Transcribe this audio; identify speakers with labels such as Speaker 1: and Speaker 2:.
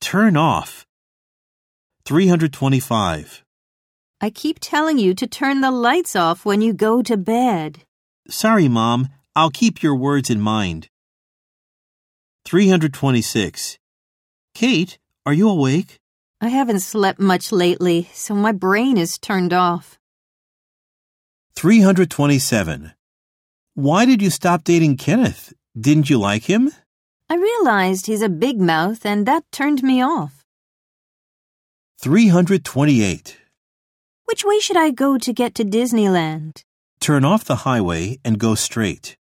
Speaker 1: Turn off. 325.
Speaker 2: I keep telling you to turn the lights off when you go to bed.
Speaker 1: Sorry, Mom. I'll keep your words in mind. 326. Kate, are you awake?
Speaker 2: I haven't slept much lately, so my brain is turned off.
Speaker 1: 327. Why did you stop dating Kenneth? Didn't you like him?
Speaker 2: I realized he's a big mouth and that turned me off.
Speaker 1: 328.
Speaker 2: Which way should I go to get to Disneyland?
Speaker 1: Turn off the highway and go straight.